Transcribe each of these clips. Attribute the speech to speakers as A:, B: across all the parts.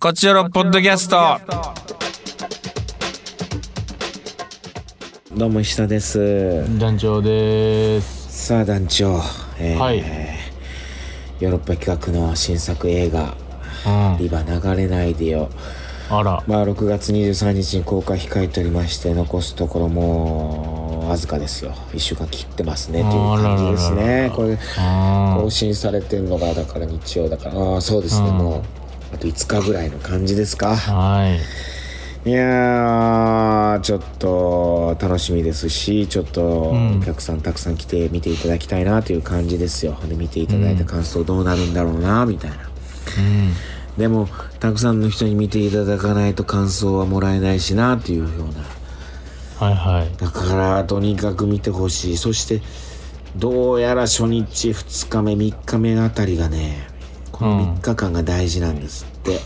A: こちらのポッドキャスト。
B: どうも石田です
C: 団長です。
B: さあ団長、えー
C: はい
B: ヨーロッパ企画の新作映画
C: うん。
B: 「リバ流れないでよ
C: あら」、
B: まあ6月23日に公開控えておりまして残すところもうわずかですよ1週間切ってますねという感じです
C: あららら
B: ね
C: ら
B: これ
C: うん
B: 更新されてるのがだから日曜だからああそうですね
C: うん
B: もうあと5日ぐらいの感じですか
C: はい。
B: いやーちょっと楽しみですしちょっと
C: ん
B: お客さんたくさん来て見ていただきたいなという感じですよで見ていただいた感想どうなるんだろうなみたいな
C: うん。
B: でもたくさんの人に見ていただかないと感想はもらえないしなというような
C: はいはい。
B: だからとにかく見てほしいそしてどうやら初日2日目3日目あたりがねこ
C: う
B: の
C: ん
B: 3日間が大事なんですって、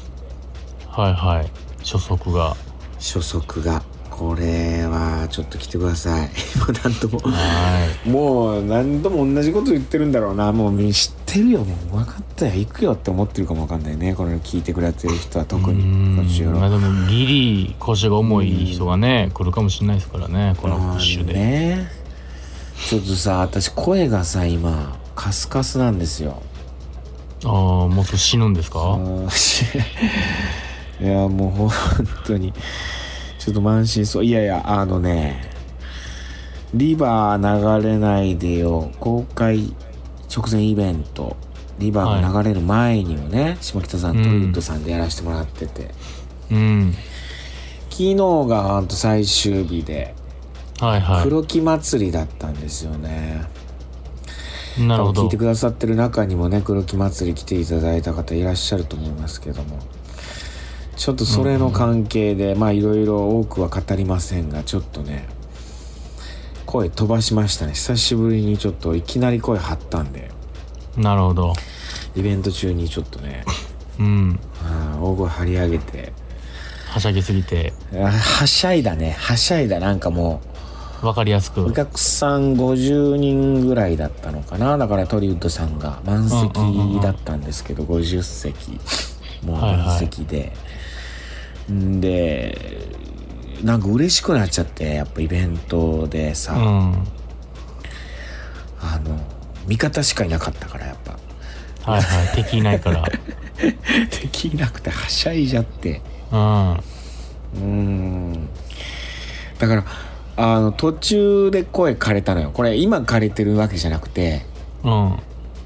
C: はいはい。初速が。
B: 初速がこれはちょっと来てください 今何度も
C: は
B: もう何度も同じこと言ってるんだろうなもう知ってるよもう分かったよ行くよって思ってるかも分かんないねこれ聞いてくれてる人は特
C: い。う
B: に
C: ん
B: 今週の
C: まあでもギリ腰が重い人がね来るかもしれないですからねこのプッシュで、
B: ねちょっとさ私声がさ今カスカスなんですよ
C: ああもうすぐ死ぬんです
B: あ
C: か
B: ーし いやもう本当にちょっと満身そういやいやあのね「リバー流れないでよ」公開直前イベント「リバーが流れる前にはね、下北さんと
C: うん
B: リッドさんでやらせてもらってて、
C: うん
B: 昨日がほんと最終日で
C: はいは
B: 黒木祭りだったんですよね、
C: いなるほ
B: 聞
C: ど
B: いてくださってる中にもね黒木祭り来ていただいた方いらっしゃると思いますけどもちょっとそれの関係で、まあいろいろ多くは語りませんがちょっとね声飛ばしましたね久しぶりにちょっといきなり声張ったんで
C: なるほど
B: イベント中にちょっと ね
C: うん
B: あー大声張り上げて
C: はしゃぎすぎて
B: あーはしゃいだねはしゃいだなんかもう
C: わかりやすく
B: お客さん50人ぐらいだったのかなだからトリウッドさんが満
C: うんうんうんうん
B: 席だったんですけど、50席もう満席で、んでなんか嬉しくなっちゃってやっぱイベントでさ、
C: うんは
B: あの味方しかいなかったからやっ ぱ
C: いはい敵いないから
B: 敵いなくてはしゃいじゃって
C: うん
B: うんだからあの途中で声枯れたのよこれ今枯れてるわけじゃなくて
C: うん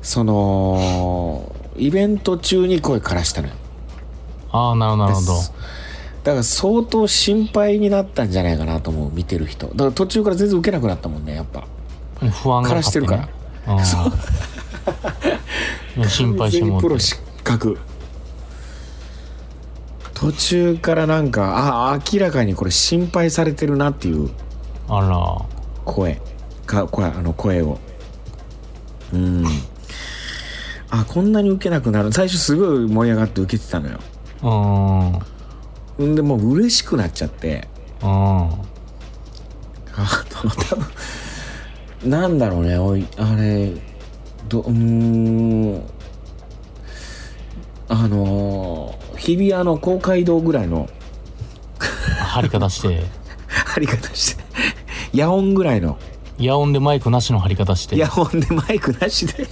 B: そのイベント中に声枯らしたのよ
C: ああなるほどなるほど
B: ですだから相当心配になったんじゃないかなと思う見てる人だから途中から全然受けなくなったもんねやっぱ
C: 不安が
B: 枯らしてるから
C: 勝手にねうん心配して
B: 完全
C: も
B: に
C: う
B: プロ
C: て
B: 失格途中からなんかあ明らかにこれ心配されてるなっていう
C: あら
B: 声か声あの声をうんあこんなに受けなくなる最初すごい盛り上がって受けてたのよ
C: うんうん
B: んでもう嬉しくなっちゃってあの多分なんだろうねおいあれどうーんあの日比谷の公会堂ぐらいの
C: 張り方して
B: 張り方して夜音ぐらいの
C: 野音でマイクなしの張り方して
B: 夜音でマイクなしで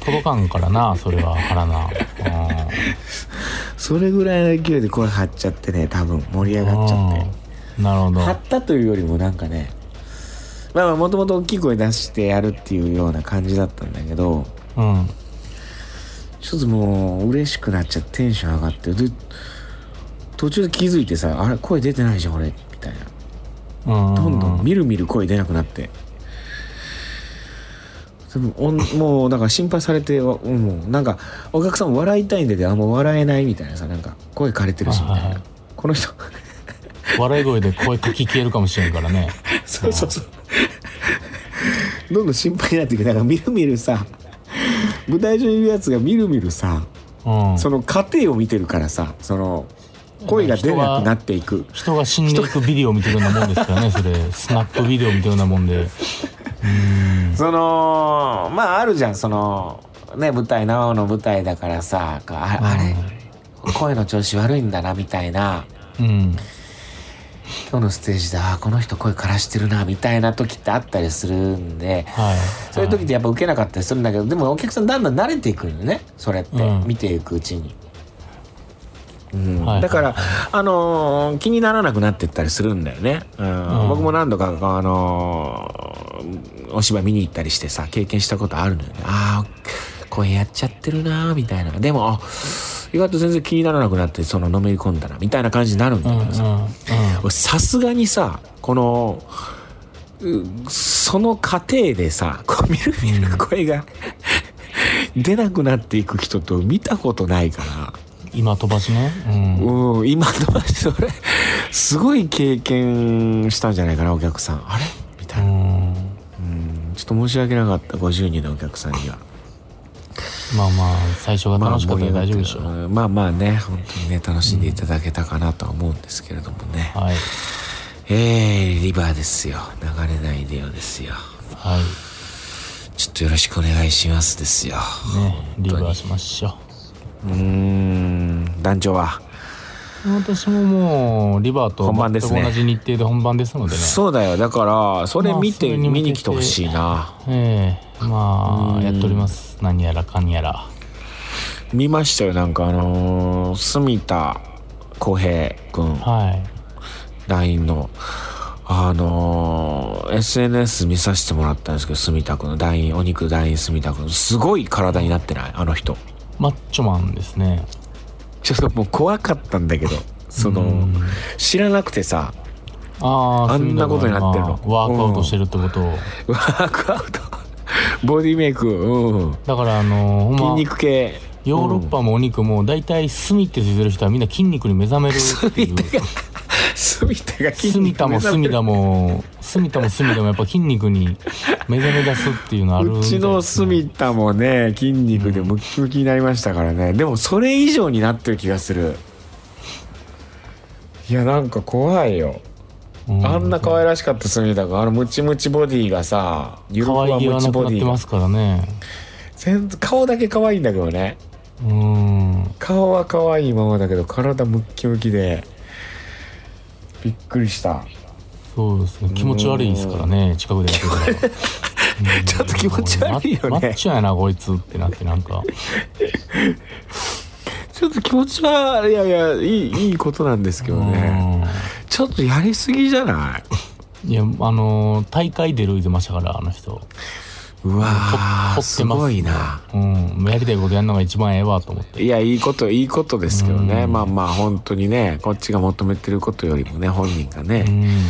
C: 届かんからなそれは張らな
B: それぐらいの勢いで声張っちゃってね多分盛り上
C: うん
B: がっちゃって。
C: うんなるほど
B: 張ったというよりもなんかねまあまあもともと大きい声出してやるっていうような感じだったんだけど
C: うん
B: ちょっともう嬉しくなっちゃってテンション上がってで途中で気づいてさ「あれ声出てないじゃん俺」みたいな
C: うん
B: どんどんみるみる声出なくなってでもおんもうだから心配されてわうんもうなんかお客さんも笑いたいんだけどあんま笑えないみたいなさなんか声枯れてるしみたい
C: はいは
B: ないこの人
C: 笑い声で声かき消えるかもしれんからね
B: そうそうそうどんどん心配になってきてだからみるみるさ舞台上にいるやつがみるみるさ
C: うん
B: その過程を見てるからさその声が出なくなっていく
C: 人が死んでいくビデオ見てるようなもんですからねそれスナップビデオ見てるようなもんで
B: そのまああるじゃんそのね舞台生の舞台だからさああれ、声の調子悪いんだなみたいな
C: うん
B: 今日のステージであーこの人声枯らしてるなみたいな時ってあったりするんで
C: はい
B: そういう時ってやっぱ受けなかったりするんだけどでもお客さんだんだん慣れていくんだよねそれって、
C: うん
B: 見ていくうちに。うん
C: はい
B: だから、あのー気にならなくなってったりするんだよね、うん
C: うん
B: 僕も何度か、あのーお芝居見に行ったりしてさ経験したことあるのよねああ声やっちゃってるなーみたいなでもあ意外と全然気にならなくなってそののめり込んだなみたいな感じになるんだ
C: うん
B: け
C: う
B: ど
C: ん
B: さ、
C: うん
B: 俺さすがにさこのうその過程でさこうみるみる声が 出なくなっていく人と見たことないから、
C: 今飛ばしねうん
B: うん、今のそれすごい経験したんじゃないかなお客さんあれみたいな、
C: うん
B: うん、ちょっと申し訳なかった50人のお客さんには。
C: まあまあ最初が楽しかったら大丈夫でしょ
B: まあまあまあね本当にね楽しんでいただけたかなとは思うんですけれどもね、
C: はい
B: えー、リバーですよ流れないでよですよ
C: はい
B: ちょっとよろしくお願いしますですよ。
C: ねリバーしましょ
B: う
C: う
B: ーん、団長は。
C: 私ももうリバーと
B: 本番ですね
C: 全く同じ日程で本番ですのでね
B: そうだよ。だから、それ見て、
C: まあそれに向け
B: 見
C: て
B: に来てほしいな。
C: ええま
B: う
C: あ
B: ん
C: やっております何やらかんやら
B: 見ましたよ。なんかあのー、住田浩平くん、
C: はい
B: LINE の、あのー、SNS 見させてもらったんですけど、住田くんの LINE、お肉 LINE 住田くん。すごい体になってないあの人。
C: マッチョマンですね
B: ちょっともう怖かったんだけど、その
C: うん、
B: 知らなくてさ、
C: ああ
B: あんなことになってるの
C: ワークアウトしてるってことを、
B: ワークアウト、ボディメイク、うん。
C: だからあのーほ
B: 筋
C: んま
B: 肉 系
C: ヨーロッパもお肉も大体炭ってついてる人はみんな筋肉に目覚めるっ ていう
B: スミタが筋
C: 炭
B: 肉
C: 田も炭田も炭田も炭田もやっぱ筋肉に目覚め出すっていうのあるみたいうです
B: ち
C: ね
B: のスミタもね筋肉でムキムキになりましたからね、でもそれ以上になってる気がするいやなんか怖いよ、
C: うん
B: あんな可愛らしかったスミタがあのムチムチボディがさゆるふ
C: 可
B: わ
C: 愛げ
B: ム
C: は
B: チ
C: なく
B: ボ
C: なっ
B: ディ
C: て
B: が
C: ますからね
B: 全然顔だけ可愛いんだけどね
C: うん
B: 顔は可愛いままだけど体ムッキムキでびっくりした
C: そうですね気持ち悪いですからね近くでやってたら
B: ちょっと気持ち悪いよね
C: マッチョやなこいつってなってなんか
B: ちょっと気持ちはいやいやいいいいことなんですけどねちょっとやりすぎじゃない
C: うんいやあのー大会出る言ってましたからあの人
B: うわ
C: ほ
B: ー
C: って
B: す
C: ます
B: ごいな
C: うんやりたいことやんのが一番ええわと思って
B: いやいいこといいことですけどね
C: うん
B: まあまあ本当にねこっちが求めてることよりもね本人がね、
C: うん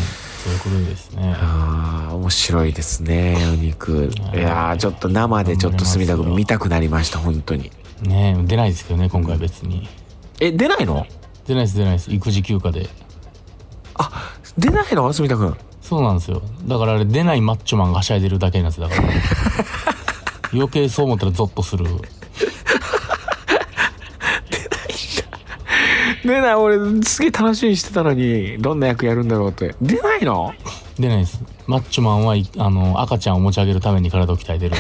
C: そういうことですね
B: あー面白いですねお肉
C: はい
B: いやーちょっと生でちょっと隅田君見たくなりました本当に
C: ね出ないですけどね今回別に
B: え出ないの
C: 出ないです出ないです育児休暇で
B: あ出ないの隅田君
C: そうなんですよだからあれ出ないマッチョマンがはしゃいでるだけなんで すだから余計そう思ったらゾッとする
B: 出ない俺すげえ楽しみにしてたのにどんな役やるんだろうって出ないの
C: 出ないですマッチョマンはいあの赤ちゃんを持ち上げるために体を鍛えてるんで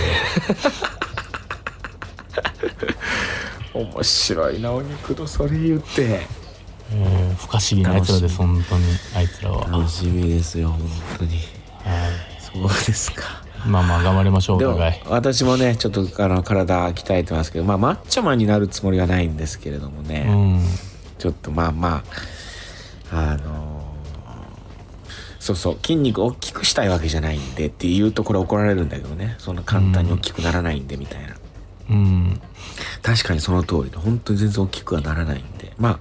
B: 面白いなお肉とそれ言って
C: えー不可思議なやつらです本当にあいつらは、
B: 楽しみですよ本当にそうですか
C: まあまあ頑張りましょうお
B: でも
C: 互い
B: 私もねちょっとあの体鍛えてますけどまあマッチョマンになるつもりはないんですけれども
C: う
B: ね、
C: ん
B: ちょっとまあまああのーそうそう筋肉大きくしたいわけじゃないんでっていうところ怒られるんだけどねそんな簡単に大きくならないんでみたいな、
C: うん
B: 確かにその通りで本当に全然大きくはならないんでまあ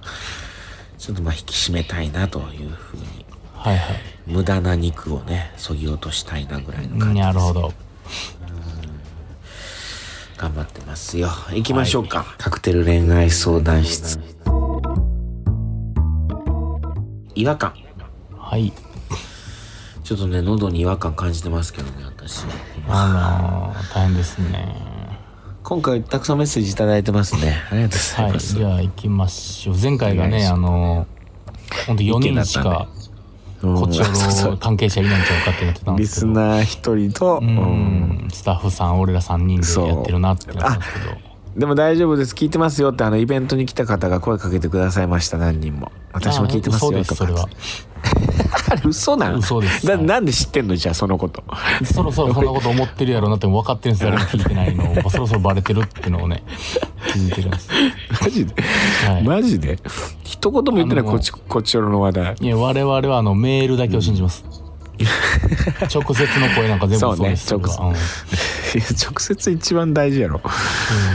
B: ちょっとまあ引き締めたいなというふうに
C: はいはい
B: 無駄な肉をねそぎ落としたいなぐらいの感じ
C: なるほど
B: 頑張ってますよ行きましょうか、カクテル恋愛相談室違和感
C: はい
B: ちょっとね喉に違和感感じてますけどね私
C: あのー大変ですね
B: 今回たくさんメッセージ頂いただいてます ねありがとうござい
C: はい
B: ます、
C: じゃあ行きましょう前回が
B: お願い
C: ね
B: し
C: あのー本当4人し
B: 意見だっ
C: か
B: うん
C: こっち
B: そうそ
C: の
B: う
C: 関係者いないんちゃうかってなってたんで
B: リ
C: すけ
B: ス
C: ど
B: ナー一人と、
C: うんスタッフさん俺ら3人でやってるなってなったんですけど
B: でも大丈夫です聞いてますよってあのイベントに来た方が声かけてくださいました何人も私も聞いてます
C: あ嘘
B: よ
C: で
B: と
C: す
B: か
C: それは
B: 嘘なの
C: 嘘です
B: な
C: はい
B: なんで知ってんのじゃあその こと
C: そろそろそんなこと思ってるやろうなって分かってるんです誰も聞いてない のをそろそろバレてるってのをね気づいてるんです
B: マジで、
C: はい
B: マジで一言も言ってない
C: あの
B: こっちこっちよろの話題
C: いや我々はあのメールだけを信じます、 直接の声なんか全部そうです
B: そうね
C: それは
B: いや 直接一番大事やろ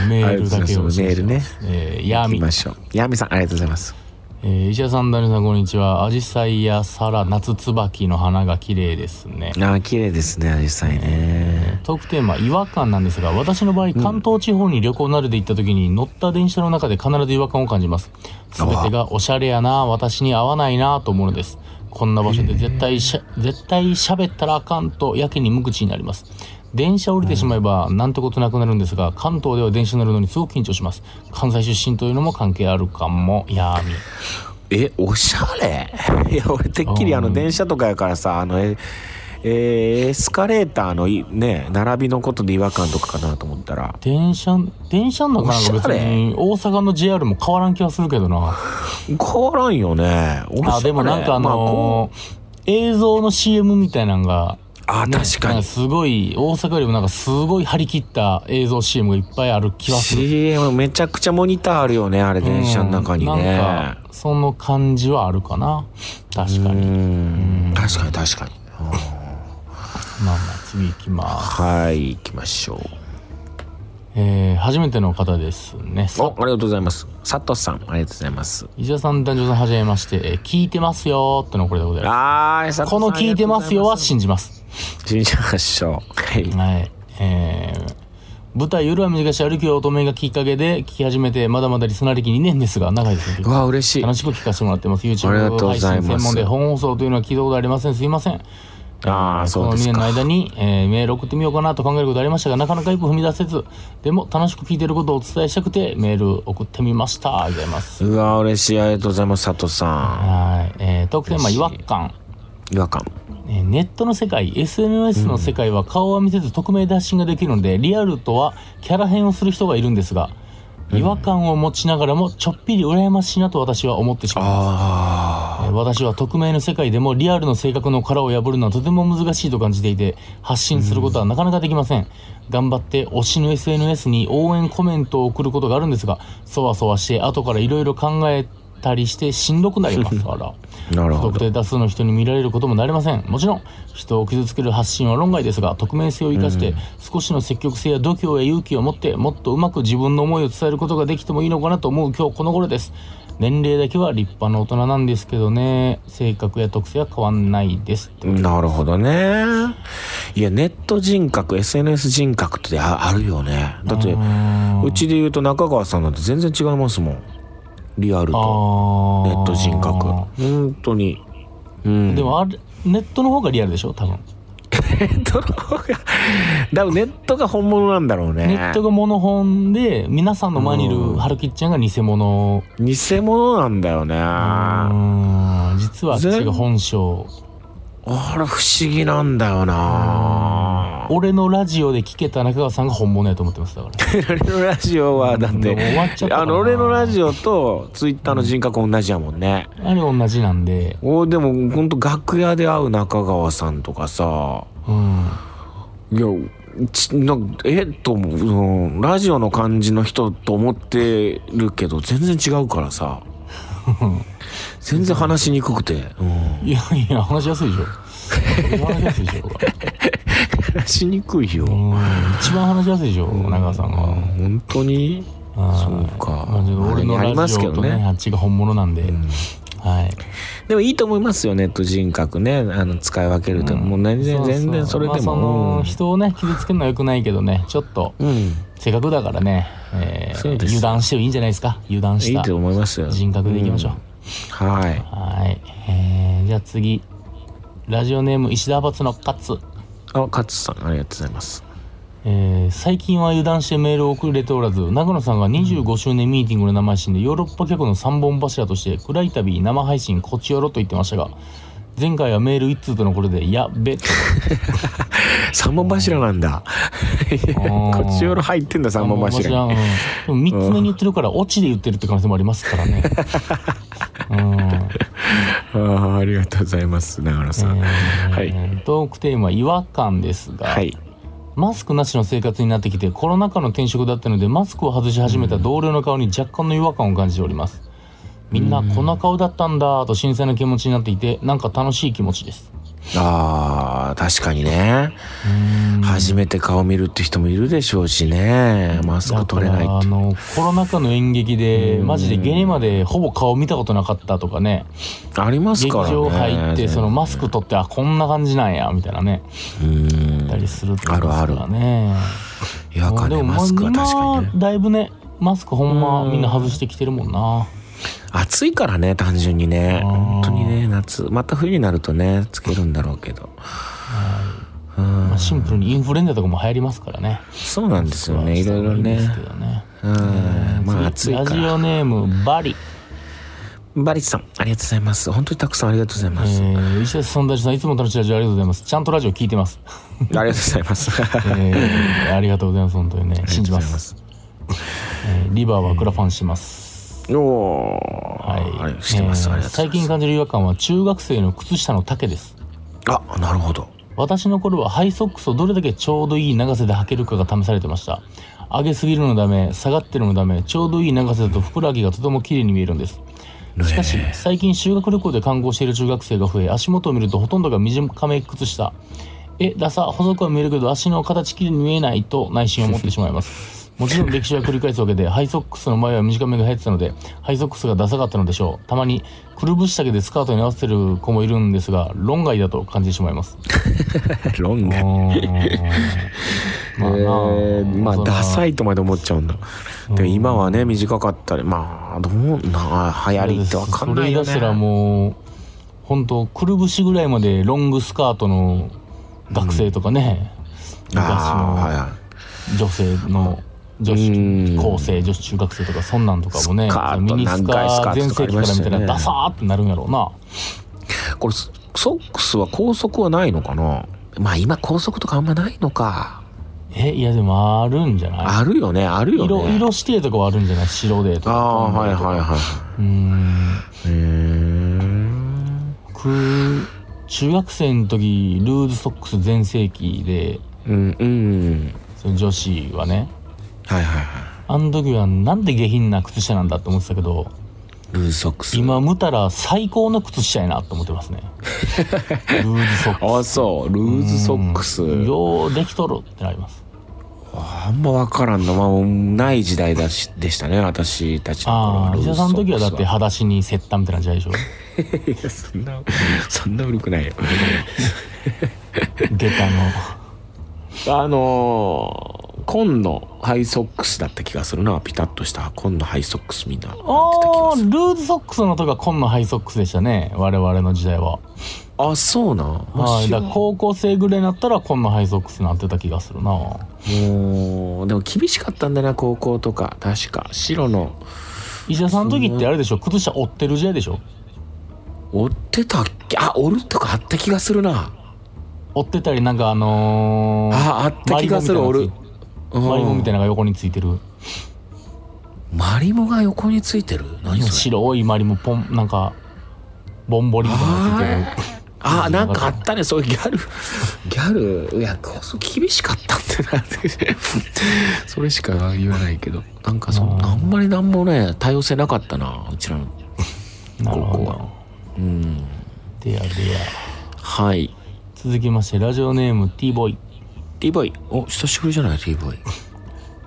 C: うんうんメールだけを信じま
B: ありがとうございます
C: えー、ヤ
B: 行き
C: ミ
B: ましょうヤミさんありがとうございます
C: えー、石田さん、ダニエルさん、こんにちは。アジサイやサラ、夏椿の花が綺麗ですね。
B: ああ綺麗ですね実際ね
C: トークテーマ、違和感なんですが、私の場合、関東地方に旅行などで行った時に、乗った電車の中で必ず違和感を感じます。すべてがおしゃれやな、私に合わないな、と思うのです。こんな場所で絶対しゃ、絶対喋ったらあかんと、やけに無口になります。電車降りてしまえば、なんてことなくなるんですが、関東では電車乗るのにすごく緊張します。関西出身というのも関係あるかも、やーみ。
B: えおしゃれいや俺てっきりあ
C: う
B: の
C: ん
B: 電車とかやからさあのええーエスカレーターのいね並びのことで違和感とかかなと思ったら
C: 電車、電車の中なんか
B: おし
C: 別
B: ゃ
C: に大阪の JR も変わらん気はするけどな。
B: 変わらんよねおしゃれ
C: あ、でもなんかあ
B: まこ
C: のー映像の CM みたいなのが、
B: うあ
C: ね
B: 確か
C: なん
B: に
C: すごい、大阪よりもなんかすごい張り切った映像 CM がいっぱいある気はする。
B: CM めちゃくちゃモニターあるよねあれ電車の中にね、
C: うんなんか、その感じはあるかな。確か
B: う
C: に。
B: ん確かに確かに
C: まあまあ、次行きます。
B: はい行きましょう
C: えー、初めての方ですね。
B: おありがとうございます佐藤さんありがとうございます
C: 伊沢さん、男女さん、はじめまして、えー聞いてますよーってのこれでございます。
B: あー佐藤さん
C: この聞いてますよ
B: あ
C: は
B: り
C: 信じます。
B: がとうございます信じましょうはい
C: はい。えー舞台「夜は短し歩き乙女」がきっかけで聞き始めてまだまだリスナー歴2年ですが長いですね
B: うわ嬉しい
C: 楽しく聞かせてもらってます
B: ありがと
C: YouTube
B: うご
C: 配
B: ざい
C: 信
B: ます
C: 専門で本放送というのは聞いたことありませんすいません
B: あー
C: えー
B: そうですか
C: この2年の間に、えーメール送ってみようかなと考えることありましたがなかなか一歩踏み出せずでも楽しく聞いてることをお伝えしたくてメール送ってみましたありがとうございます
B: うわ嬉しいありがとうございます佐藤さ
C: はい、えー、特典まあ
B: 嬉しい
C: 違和感
B: ん違和感
C: えーネットの世界 SNS の世界は顔は見せず匿名で発信ができるので、リアルとはキャラ変をする人がいるんですが違和感を持ちながらもちょっぴり羨ましいなと私は思ってしまいます
B: あ
C: えー私は匿名の世界でもリアルの性格の殻を破るのはとても難しいと感じていて発信することはなかなかできません、頑張って推しの SNS に応援コメントを送ることがあるんですがそわそわして後からいろいろ考えたりしてしんどくなりますあら
B: あなる
C: 不
B: ほ
C: 特
B: ど
C: 定多数の人に見られることもなりませんもちろん人を傷つける発信は論外ですが匿名性を生かして少しの積極性や度胸や勇気を持ってもっとうまく自分の思いを伝えることができてもいいのかなと思う今日この頃です年齢だけは立派な大人なんですけどね性格や特性は変わんないです
B: なるほどねいやネット人格 SNS 人格ってああるよねだって
C: あ
B: うちで言うと中川さんなんて全然違いますもんリアルと
C: ー
B: ネット人格本当にうん
C: でもあれネットの方がリアルでしょ多分
B: ネットの方が多分ネットが本物なんだろうね
C: ネットがモノ本で皆さんの前にいるハルキッちゃんが偽物
B: 偽物なんだよねあ
C: うん実はあっちが本性
B: ら不思議なんだよな
C: 俺のラジオで聞けた中川さんが本物やと思ってますだから
B: 俺のラジオはだっ
C: でも終わっちゃ
B: て
C: ったかな
B: あの俺のラジオとツイッターの人格同じやもんね、
C: あれ同じなんで
B: おでもほんと楽屋で会う中川さんとかさ
C: うん
B: いやちなんかえっと思うそのラジオの感じの人と思ってるけど全然違うからさ全然話しにくくて、うん
C: いやいや話しやすいでしょ話しやすいでしょ
B: 話しにくいよ、
C: うん一番話しやすいでしょ中川さんが
B: 本当に
C: はい
B: そうか
C: まあちょっと俺の
B: ありま
C: ラ
B: す
C: ジ
B: け
C: オ
B: ど
C: と
B: ね
C: ねあっちが本物なんではい
B: でもいいと思いますよネット人格ねあの使い分けると、もう全然
C: そうそう
B: 全然それで
C: ま
B: も、
C: あその人をね傷つけるのは良くないけどねちょっと
B: うん、うん
C: せっかくだからねえー
B: そうです
C: 油断してもいいんじゃないですか油断し
B: いい
C: た
B: と思いますよ
C: 人格でいきましょう、
B: うんはい
C: はい、えー、じゃあ次ラジオネーム石田閥のカツ、
B: あ勝さんありがとうございます
C: えー最近は油断してメールを送れておらず長野さんが25周年ミーティングの生配信でヨーロッパ客の3本柱として「暗い旅生配信こちよろ」と言ってましたが前回はメール一通とのことで、やっべ。
B: 三本柱なんだ。こっちよろ入ってんだ、三本柱に。
C: 三本柱うんでも3つ目に言ってるから、オチで言ってるって可能性もありますか らね。うん。
B: あーありがとうございます、長野さん。は。
C: はいトークテーマ、違和感ですが、
B: はい。
C: マスクなしの生活になってきて、コロナ禍の転職だったので、マスクを外し始めた同僚の顔に若干の違和感を感じております。みんな、こんな顔だったんだ、と新鮮な気持ちになっていて、なんか楽しい気持ちです。
B: ああ、確かにね。初めて顔見るって人もいるでしょうしね。マスク取れない
C: だから
B: っ
C: あ
B: て。
C: の、コロナ禍の演劇で、マジでゲネまでほぼ顔見たことなかったとかね、
B: あります
C: 劇
B: からね。
C: 場入って、その
B: う
C: マスク取って、あ、こんな感じなんや、みたいなね、
B: ん
C: た。りするって
B: あるある
C: ことですからね。
B: 違和感
C: で
B: ね、
C: も
B: マスクは確かにね
C: 今。だいぶねマスクほんまみんな外してきてるもんな
B: 暑いからね、単純にね。
C: あー
B: 本当にね、夏。また冬になるとね、つけるんだろうけど。うん
C: まあシンプルにインフルエンザとかも流行りますからね
B: そうなんですよね、いろいろ
C: です
B: ね
C: け。どね
B: うん。まあ暑
C: 次
B: い
C: ラ
B: か
C: ジ
B: ら。
C: オネームバリ、
B: バリッチさん、ありがとうございます。本当にたくさんありがとうござい
C: え
B: ます。
C: ー、石田さん大地さんいつも楽しいラジオありがとうございますちゃんとラジオ聞い てます、
B: ありがとうございます。
C: えー、ありがとうございます本当に ね 信じますえーリバーはクラファンします、
B: おおー、あれしてます、
C: えー
B: ありがとう
C: 最
B: ござい
C: 近
B: ます。
C: 感じる違和感は中学生の靴下の丈です
B: あ、なるほど。
C: 私の頃はハイソックスをどれだけちょうどいい長さで履けるかが試されてました上げすぎるのダメ下がってるのダメちょうどいい長さだとふくらはぎがとても綺麗に見えるんですしかし最近修学旅行で観光している中学生が増え足元を見るとほとんどが短め靴下えダサ細くは見えるけど足の形きれいに見えないと内心思ってしまいますもちろん歴史は繰り返すわけでハイソックスの前は短めが流行ってたのでハイソックスがダサかったのでしょうたまにくるぶし丈でスカートに合わせてる子もいるんですが論外だと感じてしまいます
B: ロング。え
C: まあな
B: ーまあ、
C: その
B: ダサいとまで思っちゃうんだ。でも今はね、短かったり、まあ、どうな、流行りってわかんないよ
C: それ言い出したら
B: ね。
C: もう本当くるぶしぐらいまでロングスカートの学生とかね、昔
B: あ
C: の女性の女
B: うん
C: 子高生女子中学生とかそんなんとかもね
B: スカート
C: ミニス
B: 長いスカ
C: カ
B: ート
C: 全
B: とかあ
C: 盛
B: り
C: 期か
B: ま
C: ら
B: し
C: み
B: た
C: た
B: よ
C: い
B: ね
C: なダサーってなるんやろうな
B: はいはい。これ、ソソックスは高速はないのかなまあ今高速とかあんまないのか。
C: えいやでもあるんじゃない
B: あるよね、あるよ
C: 色
B: ね。
C: 色指定とかはあるんじゃない白でと
B: あ
C: か
B: あ、はいはいはい。
C: うん
B: へー
C: 僕中学生の時ルーズソックス全盛期で
B: うん、うん。
C: その女子はね
B: はいはいはい。
C: あの時はなんで下品な靴下なんだって思ってたけど
B: ルーズソックス。
C: 今見たら最高の靴下やなと思ってます ねルーズソック
B: あそうルーズソックス
C: スようできとるってなります
B: あんま分からんの、まあ、ない時代だしでしたね私たちの頃
C: あ
B: は
C: あ
B: ルー
C: 石
B: ズ
C: 田
B: ソ
C: さんの
B: ッ
C: 時は
B: クス
C: だって裸足にセッタみたいな時代 でしょ
B: いやそんな そんな古くないよ
C: 下駄の
B: あのー、紺のハイソックスだった気がするなピタッとした紺のハイソックスみんな履いてた気
C: あ
B: が
C: あル
B: する
C: ーズソックスの時は紺のハイソックスでしたね我々の時代は
B: あそうな
C: はい、だから
B: も
C: 高校生ぐらいになったら紺のハイソックスになってた気がするな
B: うでも厳しかったんだな高校とか確か白の
C: 石田さんの時ってあれでしょ靴下折ってる時代でしょ
B: 折ってたっけあ折るとかあった気がするな
C: 折ってたりなんかあのー、
B: ああった気がする
C: マリ
B: 折
C: モみ
B: る
C: たいなやつマリモみた
B: な
C: いなのが横についてる
B: マリモが横についてる何それ
C: 白いマリモポンなんかボンボリみたいなのがついてる
B: ああなんかあったね そういうギャルギャルいやこそ厳しかったんだなってそれしか言わないけどなんかその
C: あー
B: あんまりなんもね多様性なかったなうちらの
C: なるほ
B: ここ
C: ど
B: うん
C: でやでや
B: はい
C: 続きましてラジオネーム T ボーイ
B: T ボーイお久しぶりじゃない T ボーイ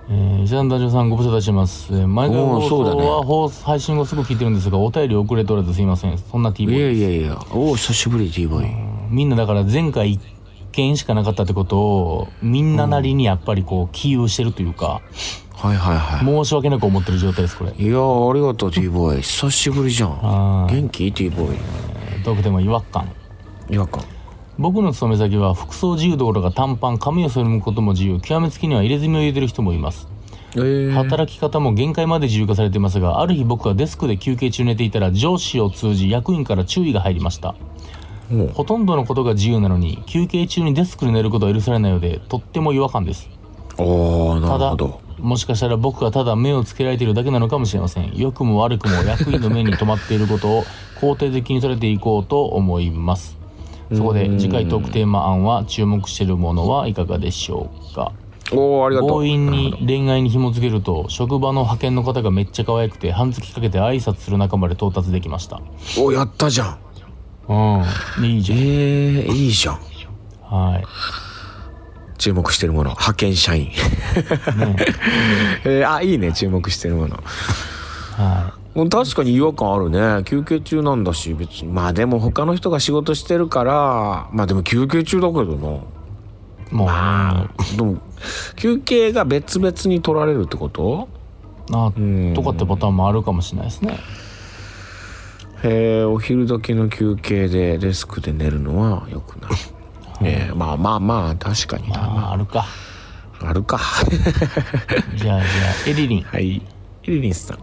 C: えー、石田の男女さんご無沙汰してます、えー毎回
B: おー
C: 放
B: そうだね
C: 送は放送配信後すぐ聞いてるんですがお便り遅れておらずすいませんそんな T ボーイ
B: い
C: です
B: やいやいやお久しぶり T ボーイ
C: みんなだから前回一件しかなかったってことをみんななりにやっぱりこう起憂してるというか
B: はいはいは
C: 申し訳なく思ってる状態ですこれ
B: いいやーありがとう T ボーイ久しぶりじゃん
C: あー
B: 元気 T ボーイ
C: トークテーマ違和感
B: 違和感
C: 僕の勤め先は服装自由どころか短パン髪を染めることも自由極めつきには入れ墨を入れてる人もいます
B: えー、
C: 働き方も限界まで自由化されていますがある日僕はデスクで休憩中寝ていたら上司を通じ役員から注意が入りました
B: ほう
C: ほとんどのことが自由なのに休憩中にデスクに寝ることは許されないのでとっても違和感です
B: おー、な
C: た
B: る
C: だ
B: ほど。
C: もしかしたら僕がただ目をつけられているだけなのかもしれません良くも悪くも役員の目に留まっていることを肯定的に捉えていこうと思いますそこで次回トークテーマ案は注目しているものはいかがでしょうか
B: おー、ありがとう。
C: 強引に恋愛に紐付けると職場の派遣の方がめっちゃ可愛くて半月かけて挨拶する仲まで到達できました
B: お、やったじゃん。
C: うんいいじ
B: え
C: ゃん
B: ー、いいじゃん。
C: はい
B: 注目してるもの。派遣社員。 えーあ、いいね。注目してるもの。
C: は
B: もう確かに違和感あるね休憩中なんだし別にまあでも他の人が仕事してるからまあでも休憩中だけどな
C: いうもう、ね、
B: でも休憩が別々に取られるってこと
C: あ
B: ん
C: とかってパターンもあるかもしれないですね
B: へえお昼時の休憩でデスクで寝るのは良 くないえーまあまあまあ確かにな
C: あーあるか
B: あるか
C: じゃあじゃあエリリン
B: はいエリリンさん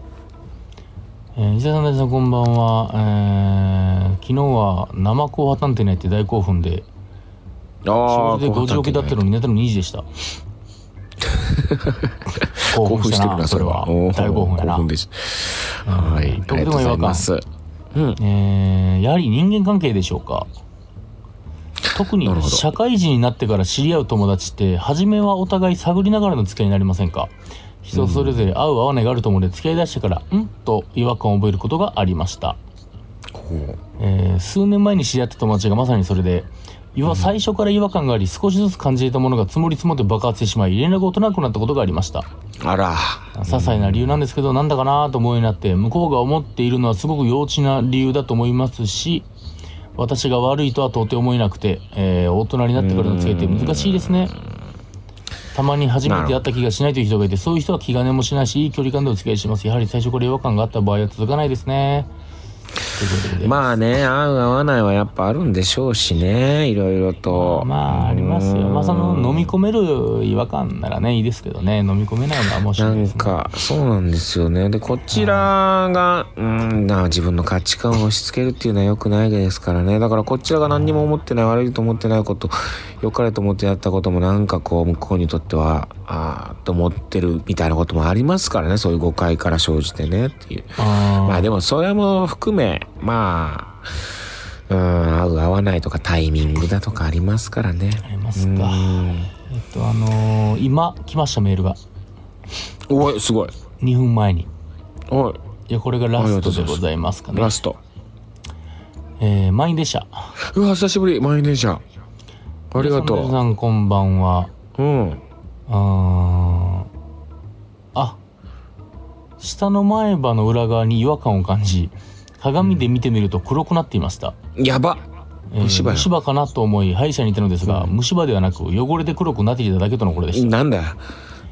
C: えー、石田さん、大地さん、こんばんは。えー、昨日はナマコを破綻てないって大興奮で、仕
B: あ
C: 事
B: あ
C: で5時起きだったのに寝たの2時でした。
B: 興奮してるなそれはおー
C: 大興奮やな
B: 興。奮ですはいありが
C: と
B: と
C: て
B: う
C: も
B: ございます
C: えー、やはり人間関係でしょうか。特
B: なる
C: に
B: ほど
C: 社会人になってから知り合う友達って、初めはお互い探りながらの付き合いになりませんか人それぞれ合う合わないがあると思うので、付き合い出してから、んと違和感を覚えることがありました。
B: こ
C: えー数年前に知り合った友達がまさにそれで、いわ最初から違和感があり、少しずつ感じていたものが積もり積もって爆発してしまい、連絡を取らなくなったことがありました。
B: うあら
C: 些細な理由なんですけど、なんだかなと思うようになって、向こうが思っているのはすごく幼稚な理由だと思いますし、私が悪いとは到底思えなくて、えー大人になってからの付き合いって難しいですね。たまに初めて会った気がしないという人がいて、そういう人は気兼ねもしないし、いい距離感でお付き合いします。やはり最初から違和感があった場合は続かないですね。ということで。
B: まあね合う合わないはやっぱあるんでしょうしねいろいろと
C: まあありますよ。まあその飲み込める違和感ならねいいですけどね飲み込めないのはもうしょう
B: な
C: がな
B: ん
C: いです、ね。
B: かそうなんですよねでこちらがうんな自分の価値観を押し付けるっていうのは良くないですからねだからこちらが何にも思ってない悪いと思ってないこと良かれと思ってやったこともなんかこう向こうにとってはああと思ってるみたいなこともありますからねそういう誤解から生じてねっていうま
C: あ
B: あでもそれも含めまあうん合う合わないとかタイミングだとかありますからね
C: ーありますか。えっとあのー今来ましたメールが
B: おいすごい
C: 2分前に。
B: おい
C: いやこれがラストでございますかね
B: ラ。スト
C: えー、満員でした。
B: うわ久しぶり満員電車ありが
C: 皆さん皆
B: と
C: さんこんばんは。
B: ううん
C: うーんあ下の前歯の裏側に違和感を感じ鏡で見てみると黒くなっていました。
B: やば
C: えー
B: 虫歯や
C: 虫歯かなと思い歯医者に行ったのですが、虫歯ではなく汚れて黒くなっていただけとのことでし
B: なんだ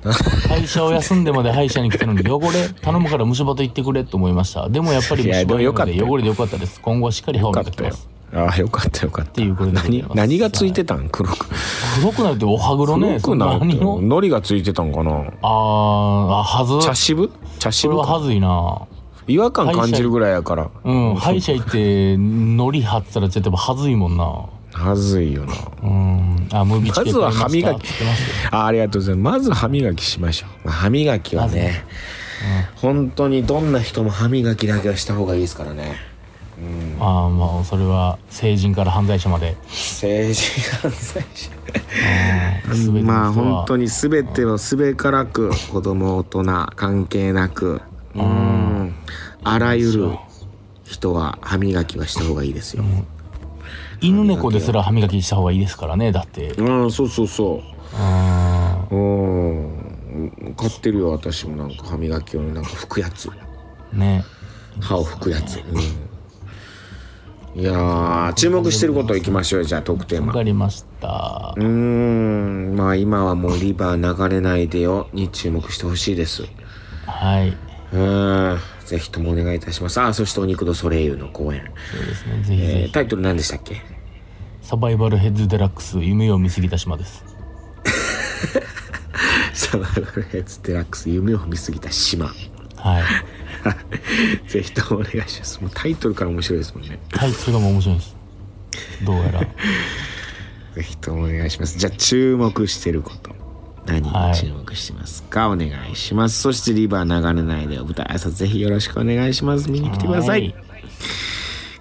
C: た会社を休んでまで歯医者に来たのに汚れ頼むから虫歯と言ってくれと思いましたでもやっぱり
B: いや
C: 虫歯な
B: でもよかった
C: ので
B: よ
C: 汚れでよかったです今後はしっかり歯を
B: よか
C: 磨
B: っ
C: き
B: た
C: ま
B: よ
C: す
B: ああよかったよかっ
C: って
B: た
C: いうことでござい
B: 何
C: ます
B: 何がついてたん黒く
C: 黒くなるってお歯黒ね
B: 黒くなって
C: 何
B: の
C: を
B: のりがついてたんかな
C: あーあはず
B: 茶渋茶
C: これ
B: 渋
C: はは
B: か
C: ずいな
B: 違和感感じるぐらいやから
C: うん歯医者行ってのり貼ってたらちょっとやっぱはずいもんな
B: はずいよな
C: うんあムービーチケット
B: まずは歯
C: 買いました
B: 磨き
C: つってますよ
B: あありがとうございますまず歯磨きしましょう、まあ歯磨きはね、本当にどんな人も歯磨きだけはした方がいいですからね
C: ああまあそれは成人から犯罪者まで
B: 政治犯罪者
C: 全ての人は
B: まあ本当に全てのすべからく子供大人関係なくうんあらゆる人は歯磨きはした方がいいですよ、
C: 犬猫ですら歯磨きした方がいいですからねだってう
B: うん、そうそうそ
C: ーん
B: ううん買ってるよ私もなんか歯磨き用になんか拭くやつ
C: ね
B: 歯を拭くやつ、うん、いやー注目してることいきましょうよじゃあトークテーマ
C: わかりました
B: うーんまあ今はもうリバー流れないでよに注目してほしいです
C: はい
B: うんぜひともお願いいたしますあそしてお肉のソレイユの公演、
C: そうですねぜひぜ
B: えー
C: ひ
B: タイトル何でしたっけ
C: サバイバルヘッズデラックス夢を見過ぎた島です
B: サバイバルヘッズデラックス夢を見すぎた島
C: はい
B: ぜひともお願いしますもうタイトルから面白いですもんね
C: はいそれがもう面白いですどうやら。
B: ぜひともお願いします。じゃあ、注目してること。何に注目してますか、お願いします。そして、リバー流れないでお舞台挨拶ぜひよろしくお願いします。見に来てください。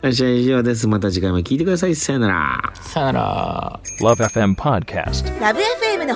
C: は
B: よし、以上です。また次回も聞いてください。さよなら。
C: さよなら。
A: Love FM Podcast.
D: ラブ f m の